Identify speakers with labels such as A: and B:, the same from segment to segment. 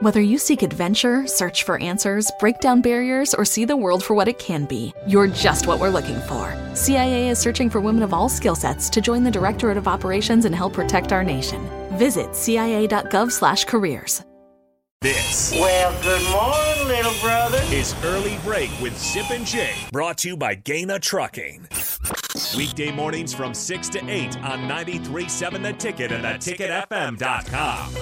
A: Whether you seek adventure, search for answers, break down barriers, or see the world for what it can be, you're just what we're looking for. CIA is searching for women of all skill sets to join the Directorate of Operations and help protect our nation. Visit cia.gov/careers.
B: This
C: Well, good morning, little brother.
B: is Early Break with Zip and Jay, brought to you by Gaina Trucking. Weekday mornings from 6 to 8 on 93.7 The Ticket and theticketfm.com.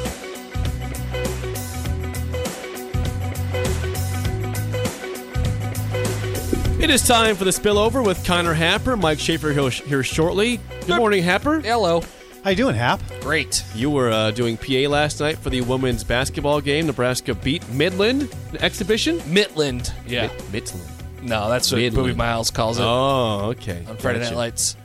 D: It is time for the spillover with Connor Happer. Mike Schaefer here, here shortly. Good morning, Happer.
E: Hello.
F: How you doing, Hap?
E: Great.
D: You were uh, doing PA last night for the women's basketball game. Nebraska beat Midland in exhibition.
E: Midland. Yeah.
D: Mid- Midland.
E: no, that's what
D: Midland.
E: Booby Miles calls it
D: Oh, okay.
E: on Friday
D: Gotcha.
E: Night Lights.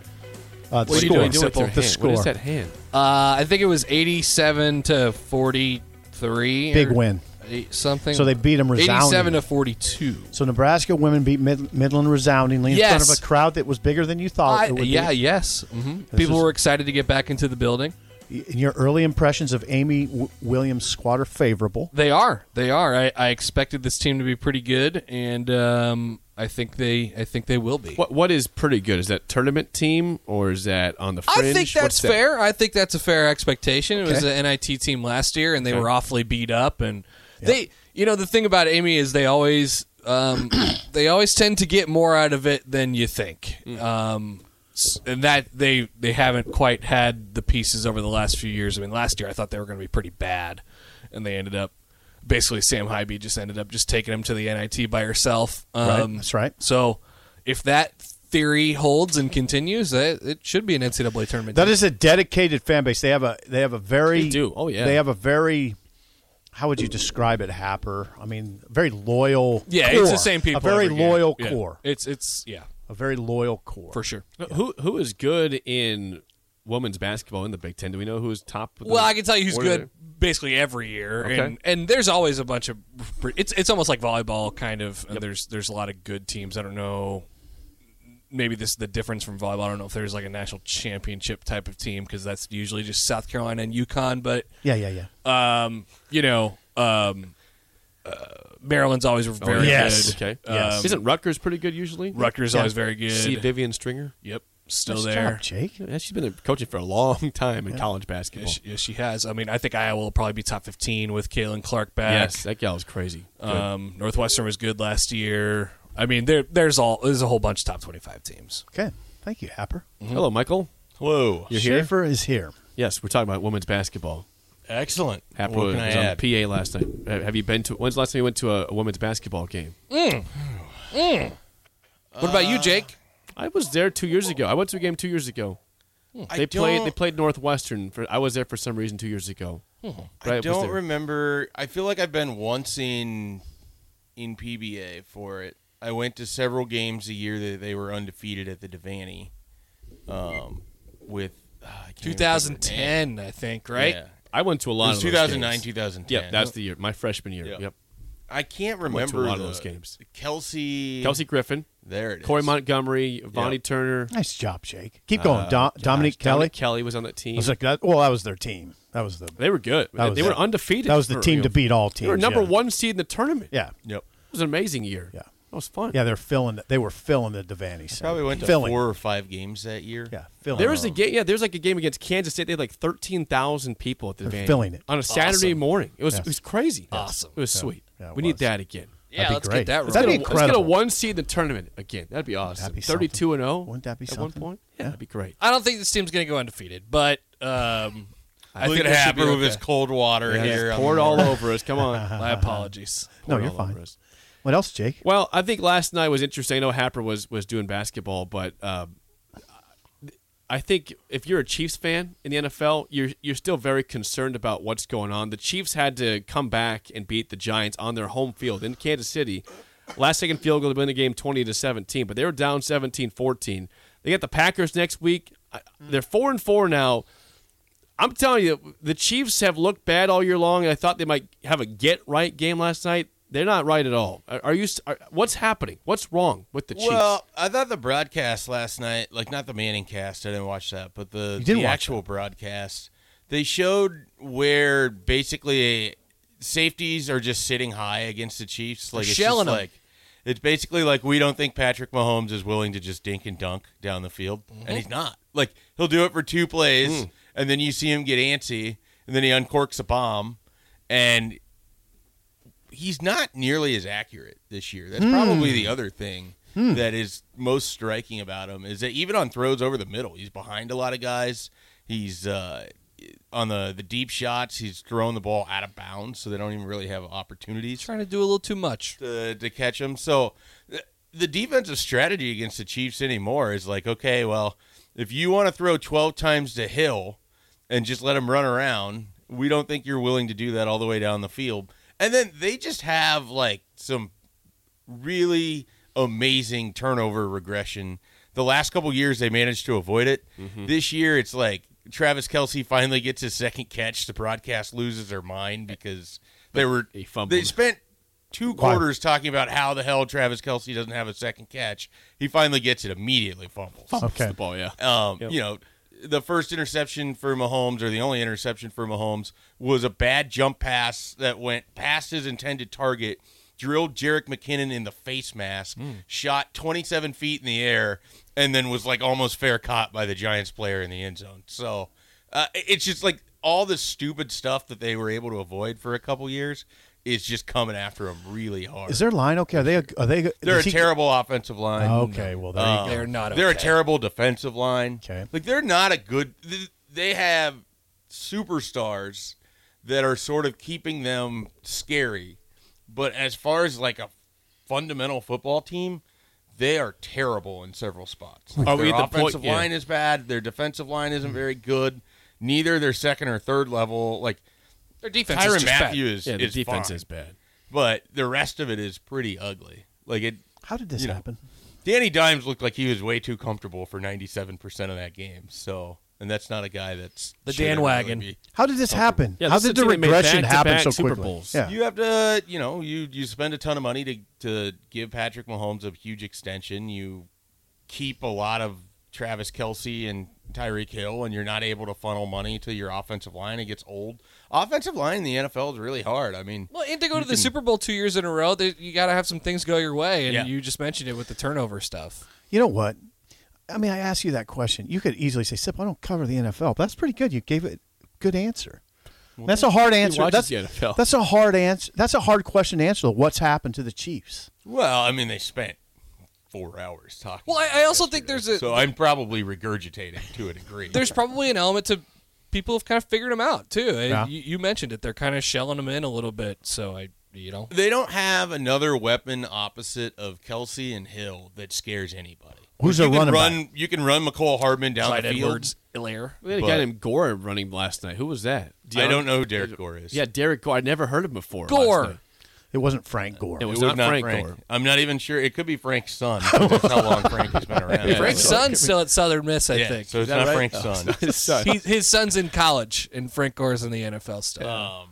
F: Uh,
D: What
F: the
D: are you
F: score.
D: doing, doing with
F: Simple.
D: your
F: the
D: hand? What is
F: score.
D: that hand?
E: Uh, I think it was 87 to 43.
F: Big
E: or
F: win.
E: eight- something.
F: So they beat 'em
E: 87
F: resoundingly.
E: to 42.
F: So Nebraska women beat Mid- Midland resoundingly in front
E: Yes.
F: of a crowd that was bigger than you thought
E: I-
F: Oh, it would
E: yeah,
F: be.
E: yes. hmm People
F: is-
E: were excited to get back into the building.
F: In your early impressions of Amy w- Williams' squad are favorable.
E: They are. They are. I, I expected this team to be pretty good, and um, I think they. I think they will be.
D: What What is pretty good? Is that tournament team or is that on the fringe?
E: I think
D: What's
E: that's
D: that?
E: fair. I think that's a fair expectation. It was
F: Okay.
E: an NIT team last year, and they were awfully beat up. And they, you know, the thing about Amy is they always, um, they always tend to get more out of it than you think.
D: Mm.
E: Um, s- and that they they haven't quite had the pieces over the last few years. I mean, last year I thought they were going to be pretty bad, and they ended up. Basically, Sam Hybe just ended up just taking him to the NIT by herself.
F: Right,
E: Um,
F: that's right.
E: So, if that theory holds and continues, that it should be an NCAA tournament.
F: That is a dedicated fan base. They have a they have a very
D: They do. Oh, yeah.
F: They have a very how would you describe it, Happer? I mean, very loyal.
E: yeah,
F: core.
E: it's the same people.
F: A very
E: every year.
F: loyal
E: Yeah.
F: core.
E: It's it's yeah
F: A very loyal core.
E: for sure.
D: Who Who is good in women's basketball in the Big Ten? Do we know who's top? of the
E: Well, I can tell you who's
D: order
E: good basically every year,
D: Okay.
E: and and there's always a bunch of it's it's almost like volleyball kind of. And there's there's a lot of good teams. I don't know. Maybe this is the difference from volleyball. I don't know if there's like a national championship type of team because that's usually just South Carolina and UConn. But
F: Yeah, yeah, yeah.
E: um, you know, um, uh, Maryland's always very
F: Yes.
E: good.
D: Oh, Okay.
E: Um,
D: Isn't Rutgers pretty good usually?
E: Rutgers
F: Yeah.
E: always very good.
D: See Vivian Stringer.
E: Yep, still
F: Nice
E: there.
F: job, Jake.
D: Yeah, she's been coaching for a long time in college basketball.
E: Yeah, she, yeah, she has. I mean, I think Iowa will probably be top 15 with Kaylin Clark back.
D: Yes, that gal is crazy. Good.
G: Uh-huh.
E: um, Northwestern was good last year. I mean, there there's all there's a whole bunch of top 25 teams.
F: Okay. Thank you, Happer.
D: Hello, Michael.
G: Whoa.
D: You're here.
F: Schaefer is here.
D: Yes, we're talking about women's basketball.
G: Excellent.
D: Happer
G: what
D: was
G: can
D: on
G: I add?
D: PA last night. Ha- Have you been to? When's the last time you went to a, a women's basketball game?
E: What about you, Uh, Jake?
D: I was there two years ago. I went to a game two years ago.
G: Hmm. I
D: They played.
G: don't- Hmm.
D: They played Northwestern. For I was there for some reason two years ago. But
G: I
D: was
G: don't
D: there.
G: remember. I feel like I've been once in in PBA for it. I went to several games a year that they were undefeated at the Devaney. Um, with uh, I can't even think of the name.
E: 2010, I think, right?
G: Yeah.
D: I went to a
G: It
D: lot
G: was
D: of
G: 2009,
D: Those games.
G: 2010.
D: Yep, that's the year. My freshman year.
G: Yeah.
D: Yep.
G: I can't
D: went to
G: remember
D: a lot of
G: the-
D: those games.
G: Kelsey.
D: Kelsey Griffin,
G: There it is.
D: Corey Montgomery, Vonnie
G: Yep.
D: Turner.
F: Nice job, Jake. Keep going.
D: uh,
F: Do-
D: gosh,
F: Dominic Kelly.
D: Kelly was on that team.
F: I was like, that, well, that was their team. That was the
D: they were good.
F: That was
D: they were
F: it.
D: undefeated.
F: that was the
D: for,
F: team
D: you
F: to
D: know,
F: beat all
D: They
F: teams.
D: were number
F: yeah.
D: one seed in the tournament.
F: Yeah,
G: Yep.
D: It was an amazing year.
F: Yeah.
D: That was fun.
F: yeah, they're filling. They were filling the Devaney. Center.
G: Probably went to
F: filling.
G: four or five games that year.
F: Yeah, filling.
D: There
E: Oh.
D: was a game. Yeah, there was like a game against Kansas State. They had like thirteen thousand people at the
F: They're
D: venue
F: filling it.
D: on a Saturday
E: Awesome.
D: morning. It was
F: Yes.
D: it was crazy.
E: Awesome.
D: It was sweet.
F: Yeah, it
D: we need
F: was.
D: that again.
E: Yeah,
F: That'd be
E: let's
F: great.
E: get that
F: That'd
E: rolling.
F: be
D: Let's get a- Let's get a
F: incredible.
D: one seed in the tournament again. That'd be awesome.
F: That'd be
D: Thirty-two and zero.
F: Wouldn't that be
D: at
F: something?
D: one point? Yeah, that'd be great.
E: I don't think this team's going to go undefeated, but um, I
G: Look
E: think
G: at
E: it should
G: Happer
E: be
G: with his
E: okay.
G: cold water
D: Yeah,
G: here.
D: just
G: on
D: pour it
G: the-
D: all over us. Come on.
E: My apologies.
F: No,
D: Pour it
F: you're
D: all over
F: fine.
D: us.
F: What else, Jake?
D: Well, I think last night was interesting. I know Happer was was doing basketball, but um, I think if you're a Chiefs fan in the NFL, you're you're still very concerned about what's going on. The Chiefs had to come back and beat the Giants on their home field in Kansas City. Last second field goal to win the game 20 to 17, but they were down 17-14. They got the Packers next week. I- They're 4 and 4 now. I'm telling you, the Chiefs have looked bad all year long, and I thought they might have a get right game last night. They're not right at all. Are, are you? s- Are, what's happening? What's wrong with the Chiefs?
G: Well, I thought the broadcast last night, like not the Manning cast, I didn't watch that, but the,
F: You didn't
G: the
F: watch
G: actual broadcast, they showed where basically safeties are just sitting high against the Chiefs. Like it's
E: shelling
G: just
E: 'em.
G: like it's basically like we don't think Patrick Mahomes is willing to just dink and dunk down the field, and he's not. Like he'll do it for two plays, and then you see him get antsy, and then he uncorks a bomb, and he's not nearly as accurate this year. That's probably the other thing that is most striking about him is that even on throws over the middle, he's behind a lot of guys. He's uh, on the the deep shots. He's throwing the ball out of bounds, so they don't even really have opportunities
E: Trying to do a little too much.
G: to, to catch him. So th- the defensive strategy against the Chiefs anymore is like, okay, well, if you want to throw 12 times to Hill and just let him run around, we don't think you're willing to do that all the way down the field. And then they just have like some really amazing turnover regression. The last couple years they managed to avoid it. This year it's like Travis Kelsey finally gets his second catch. The broadcast loses their mind because they were
D: He fumbled.
G: they spent two quarters talking about how the hell Travis Kelsey doesn't have a second catch. He finally gets it immediately fumbles.
F: Okay.
D: the ball, yeah.
G: Um, You know, the first interception for Mahomes, or the only interception for Mahomes, was a bad jump pass that went past his intended target, drilled Jarek McKinnon in the face mask, shot 27 feet in the air, and then was like almost fair caught by the Giants player in the end zone. So uh, it's just like all the stupid stuff that they were able to avoid for a couple years is just coming after them really hard.
F: Is their line okay? Are they? Are they?
G: They're a
F: is he- Oh,
G: terrible offensive line.
F: Okay. Well, there
D: Um,
F: you go.
E: They're not.
G: Um, They're a
E: okay.
G: terrible defensive line.
F: Okay.
G: Like they're not a good. th- They have superstars that are sort of keeping them scary, but as far as like a fundamental football team, they are terrible in several spots. Like,
D: Are we
G: their
D: at the point-
G: offensive
D: yeah.
G: line is bad. Their defensive line isn't very good. Neither their second or third level. Like
E: Their defense is
G: Tyron
E: just
G: Matthew
E: bad.
G: is,
D: Yeah, the
G: is
D: defense
G: fine,
D: is bad.
G: but the rest of it is pretty ugly. Like it,
F: How did this
G: you know.
F: happen?
G: Danny Dimes looked like he was way too comfortable for 97% of that game. So, and that's not a guy that's
E: The
G: should ever
E: Dan Wagon.
G: be-
F: How did this happen?
D: Oh. Yeah,
F: How
D: this is
F: did
D: a
F: the
D: team that made
F: regression
D: back-to-back
F: happen so
D: Super
F: quickly?
D: Bowls.
F: Yeah.
G: You have to, you know, you you spend a ton of money to to give Patrick Mahomes a huge extension. You keep a lot of Travis Kelsey and Tyreek Hill, and you're not able to funnel money to your offensive line. It gets old. Offensive line in the NFL is really hard. I mean,
E: Well, and to go to the Super Bowl two years in a row, they, you got to have some things go your way, and
G: Yeah.
E: you just mentioned it with the turnover stuff.
F: You know what? I mean, I asked you that question. You could easily say, "Sip, I don't cover the NFL." But that's pretty good. You gave it a good answer. that's a hard answer.
D: watches
F: That's,
D: the NFL.
F: that's a hard answer. That's a hard question to answer. What's happened to the Chiefs?
G: well, I mean, they spent four hours talking.
E: Well,
G: about
E: I, I
G: it
E: also think there's
G: yesterday.
E: a
G: so I'm probably regurgitating to a degree.
E: there's probably an element to people have kind of figured them out too. And
F: Yeah.
E: You, you mentioned it; they're kind of shelling them in a little bit. So I, you know,
G: They don't have another weapon opposite of Kelsey and Hill that scares anybody.
F: Who's
G: you
F: their
G: can
F: running
G: run? You can run McCall Hardman down
E: Clyde
G: the field.
E: Edwards, Hilaire.
D: We had a
G: But-
D: guy named Gore running last night. Who was that?
G: I
D: Deion-
G: don't know who Derek Gore is.
D: Yeah, Derek Gore. I never heard of him before. last
E: Gore.
D: night.
F: It wasn't Frank Gore.
D: It
G: it
D: was
G: was
D: not, Frank, Gore.
G: I'm not even sure. It could be Frank's son. 'cause That's how long Frank has been around.
E: Frank's
G: so,
E: son's still at Southern Miss, I
G: Yeah,
E: think.
G: so it's not Frank's
F: Oh.
G: son.
D: His son.
E: He- his son's in college, and Frank Gore's in the NFL still.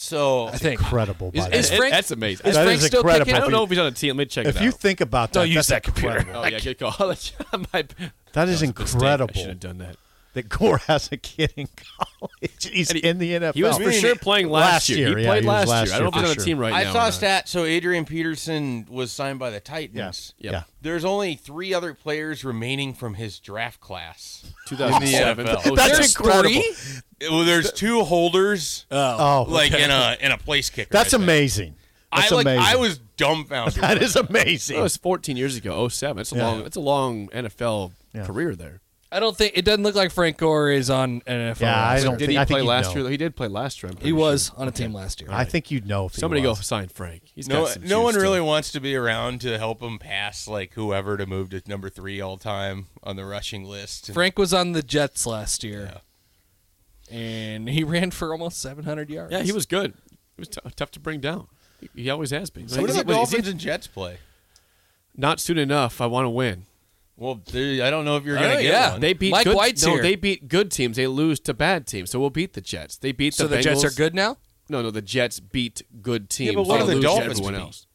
G: So
E: I think.
F: incredible. By
E: Is-
F: the
E: is
F: way.
E: Frank-
D: that's amazing.
E: Is
F: That
E: Frank
F: is
E: still
F: incredible.
E: kicking?
D: I don't know if he's on a team. Let me check
F: if
D: that
F: you
D: out.
F: think about that,
E: Don't use
F: that's
E: that computer.
F: incredible.
D: Oh yeah, good call. My-
F: That is
D: a mistake. I
F: incredible
D: should have done that.
F: that Gore has a kid in college. He's
D: And he-
F: in the NFL.
D: He was for sure playing last,
F: last
D: year.
F: year,
D: He
F: yeah,
D: played
F: he
D: last,
F: was last
D: year. I don't know if
F: year
D: he's on
F: for
D: a team right
G: I
D: now.
G: saw
D: or
G: a
D: not.
G: stat. So Adrian Peterson was signed by the Titans.
D: Yep.
F: Yeah.
G: There's only three other players remaining from his draft class.
D: 2007.
G: NFL.
D: Oh,
F: That's
D: shit.
E: There's
F: incredible.
E: three?
G: Well, there's two holders.
F: Oh,
G: like in a in a place kicker.
F: that's
G: I think.
F: amazing. That's
G: I like
F: amazing.
G: I was dumbfounded.
F: That is
D: That
F: amazing.
D: was 14 years ago. 07. That's a
F: Yeah.
D: long. That's a long NFL
F: Yeah.
D: career there.
E: I don't think it doesn't look like Frank Gore is on an NFL.
F: Yeah, I
E: roster.
F: don't
D: Did
F: think-
D: he
F: I think
D: play
F: he'd
D: last
F: know.
D: year? though? He did play last year. I'm pretty
E: He was
D: sure.
E: on a team last year.
F: I think you'd know if he
D: Somebody go
F: was.
D: sign Frank. He's
G: No,
D: got some
G: no one
D: juice to
G: really
D: him.
G: wants to be around to help him pass like whoever to move to number three all time on the rushing list.
E: Frank was on the Jets last year, and he ran for almost 700 yards.
D: Yeah, he was good. He was t- tough to bring down. He- He always has been.
G: So what
D: Is
G: do
D: he-
G: the
D: was- is he-
G: Dolphins and Jets play?
D: Not soon enough. I want to win.
G: Well, dude, I don't know if you're gonna
E: Oh,
G: get
E: yeah.
G: one.
D: They beat
E: Mike
D: good,
E: White's
D: no,
E: here.
D: they beat good teams. They lose to bad teams. So we'll beat the Jets. They beat
E: so
D: the
E: the, Jets are
D: Bengals.
E: good now.
D: No, no, the Jets beat good teams.
G: yeah, but what
D: They
G: are the
D: lose to
G: Dolphins
D: everyone
G: beat?
D: else.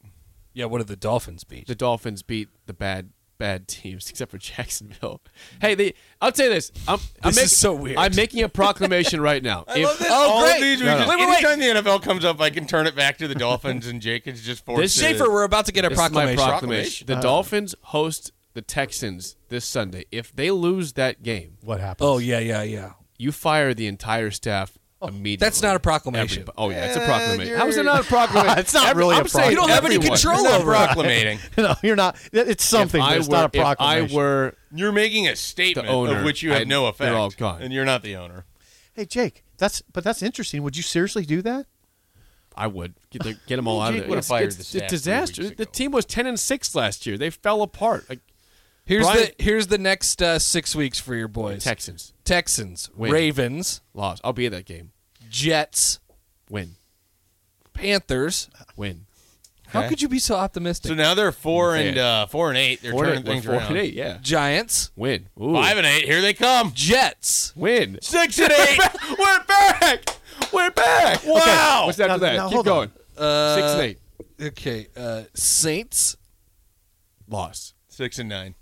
E: Yeah, what did the Dolphins beat?
D: The Dolphins beat the bad bad teams except for Jacksonville. Hey, they, I'll tell you this. I'm, I'm
E: This
D: making,
E: is so weird.
D: I'm making a proclamation right now.
G: I love this.
E: Oh,
G: All of
E: great.
G: these, we
E: No, no.
G: just-
E: Wait, wait, wait.
G: anytime the NFL comes up, I can turn it back to the Dolphins, and Jacobs just forced
D: This
G: to-
E: Schaefer, we're about to get a
D: This is
E: proclamation.
D: My
G: Proclamation.
D: proclamation. Uh, The Dolphins host the Texans this Sunday. If they lose that game,
F: What happens?
E: Oh yeah, yeah, yeah.
D: you fire the entire staff immediately.
E: Oh, That's not a proclamation.
D: Everybo- oh yeah, it's a proclamation. How is it not a proclamation?
F: It's not really a
D: I'm saying
F: proclamation. You
E: don't have any
D: everyone.
E: control
G: It's not
E: over it.
G: proclamating.
F: no, you're not. that- It's something.
D: If
F: but
D: I
F: it's
D: were,
F: not a
D: if
F: proclamation.
D: I were
G: You're making a statement
D: owner,
G: of which you have
D: I-
G: no effect.
D: they're all gone.
G: And you're not the owner.
F: Hey, Jake. That's but that's interesting. Would you seriously do that?
D: I would get, the- get them all
G: Well,
D: out of
G: Jake
D: there.
G: would've
D: It's,
G: fired
D: it's,
G: the
D: it's
G: staff three
D: disaster.
G: weeks
D: The
G: ago.
D: team was ten and six last year. They fell apart. Like,
E: Here's
D: Brian-
E: the here's the next uh, six weeks for your boys:
D: Texans
E: Texans,
D: Win.
E: Ravens,
D: lost. I'll be at that game.
E: Jets,
D: Win,
E: Panthers.
D: win.
E: How could you be so optimistic?
G: So now they're four
D: Yeah.
G: and uh, four and eight. They're
D: Four
G: turning
D: and eight,
G: things
D: four
G: around.
D: and eight. Yeah,
E: Giants,
D: win. Ooh.
G: Five and eight. Here they come.
E: Jets.
D: win.
G: Six and eight.
D: We're back. We're back. Wow. What's after
F: Now-
D: that?
F: now
D: Keep
F: hold on.
D: going. Six and eight.
E: Okay, uh, Saints,
D: Loss.
G: Six and nine.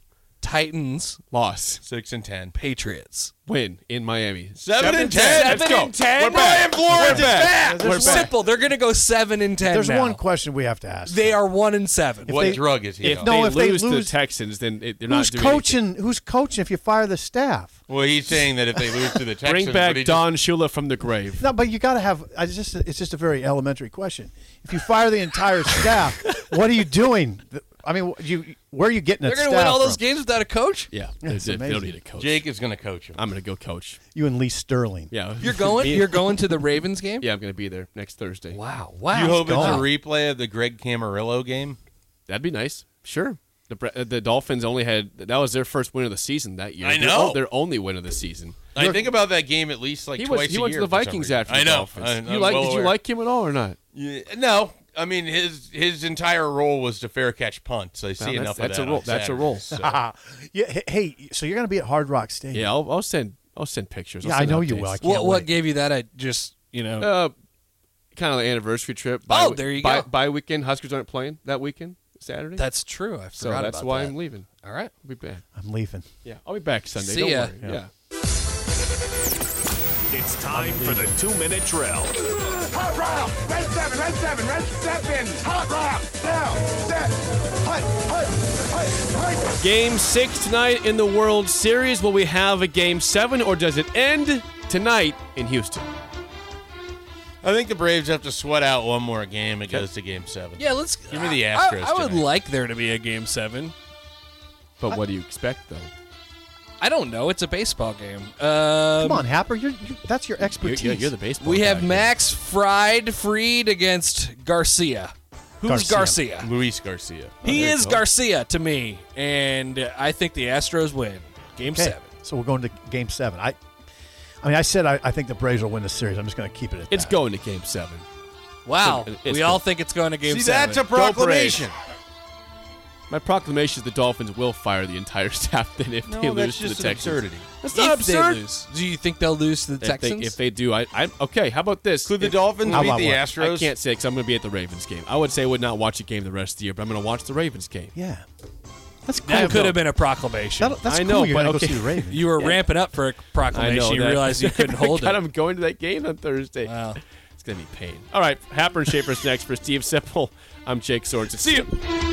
E: Titans,
D: Loss.
G: Six and ten.
E: Patriots.
D: Win in Miami.
G: Seven, and ten.
D: Let's go.
G: We're
D: We're back.
G: buying Flores
D: We're back.
F: There's one-
E: Simple. They're gonna go seven and ten.
F: There's
E: now.
F: one question we have to ask.
E: They are one and seven.
G: What
F: they-
G: drug is he
D: If
G: on?
F: No,
D: they
F: if they
D: lose to the
F: lose-
D: Texans, then it, they're not
F: who's
D: doing
F: coaching?
D: anything.
F: Who's coaching? If you fire the staff,
G: well, he's saying that if they lose to the Texans,
D: Bring
G: but
D: back
G: he just-
D: Don Shula from the grave.
F: no, but you got to have. I just it's just a very elementary question. If you fire the entire staff, what are you doing? I mean, you where are you getting?
E: They're
F: that
E: gonna win
F: staff
E: all those
F: from?
E: games without a coach.
D: Yeah, they,
F: That's
D: they don't
F: amazing.
D: need a coach.
G: Jake is going to coach him.
D: I'm gonna go coach.
F: You and Lee Sterling.
D: Yeah,
E: You're going.
D: Me-
E: You're going to the Ravens game.
D: Yeah, I'm gonna be there next Thursday.
E: Wow. Wow.
G: you hope it's a
E: Wow.
G: replay of the Greg Camarillo game?
D: That'd be nice. Sure. The Bra- uh, the Dolphins only had that was their first win of the season that year.
G: I
D: Their-
G: know.
D: their only win of the season.
G: I think about that game at least like
D: He
G: twice
D: was he
G: a
D: went to
G: year
D: the
G: for some
D: Vikings
G: reason.
D: after
G: I
D: the
G: know.
D: Dolphins. you
G: I- I'm
D: like
G: well
D: did you
G: aware.
D: like him at all or not?
G: Yeah, no, I mean his his entire role was to fair catch punts. I see
D: that's-
G: enough
D: that's a
G: of that.
D: role-
G: on
D: that's a role.
G: Saturdays,
F: Ah, yeah. h- Hey, so you're gonna be at Hard Rock Stadium?
D: Yeah, I'll, I'll send I'll send pictures. I'll
F: Yeah, I
D: send
F: know you
D: updates.
F: will. I can't
E: What, what
F: wait.
E: gave you that? I just you know.
D: Uh, kind of the anniversary trip.
E: Oh,
D: Bi-
E: there you
D: bi-
E: go.
D: By weekend, Huskers aren't playing that weekend Saturday.
E: that's true. I forgot
D: so that's
E: about
D: why
E: that.
D: I'm leaving.
E: All right.
D: I'll be back.
F: I'm leaving.
D: Yeah, I'll be back Sunday.
E: See
D: Don't
E: ya.
D: worry.
F: Yeah.
D: yeah.
B: It's time for the two minute drill.
H: Hot round, red seven, red seven, red seven. Hot round, down, set, hut, hut, hut, hut.
D: Game six tonight in the World Series. Will we have a game seven, or does it end tonight in Houston?
G: so. I think the Braves have to sweat out one more game. It goes to Game Seven.
E: Yeah. Let's
G: Give me the
E: I-
G: Astros
E: I, I would
G: tonight.
E: like there to be a game seven.
D: But what do you expect, though?
E: I don't know. It's a baseball game. Um,
F: Come on, Happer. You're, you that's your
D: You're,
F: expertise.
D: you're- you're the baseball.
E: We
D: guy
E: have
D: here.
E: Max Fried Freed against Garcia. Who's Garcia?
F: Garcia.
G: Luis Garcia.
E: He
D: there you
E: is
D: go.
E: Garcia to me, and uh, I think the Astros win game
F: Okay,
E: seven.
F: So we're going to Game Seven. I, I mean, I said I, I think the Braves will win the series. I'm just going to keep it at
D: It's
F: that.
D: going to game seven.
E: Wow,
D: It's- it's
E: we all think it's going to game
G: See,
E: seven.
G: that's a proclamation.
D: My proclamation is the Dolphins will fire the entire staff. Then if they
G: No,
D: lose
G: that's
D: to the
G: just an
D: Texans,
G: absurdity.
D: that's
E: if
D: not absurd.
E: They lose. Do you think they'll lose to the
D: If they,
E: Texans?
D: if they do, I, I'm okay. How about this?
G: Could the
D: If-
G: Dolphins
F: How
G: beat
F: about
G: the
F: what?
G: Astros?
D: I can't say because I'm going to be at the Ravens game. I would say I would not watch a game the rest of the year, but I'm going to watch the Ravens game.
F: Yeah, that's cool.
E: that could
F: though.
E: have been a proclamation.
F: That'll- that's
D: I
F: cool.
D: know,
F: you're
D: but
F: gonna
D: okay.
F: go see the Ravens.
E: you were ramping up for a
D: I know.
E: proclamation. You
D: that.
E: realized you couldn't hold
D: God,
E: it.
D: I'm going to that game on Thursday.
E: Wow.
D: It's going to be pain. All right, Happer and Schaefer's next for Steve Sipple. I'm Jake Swords. See you.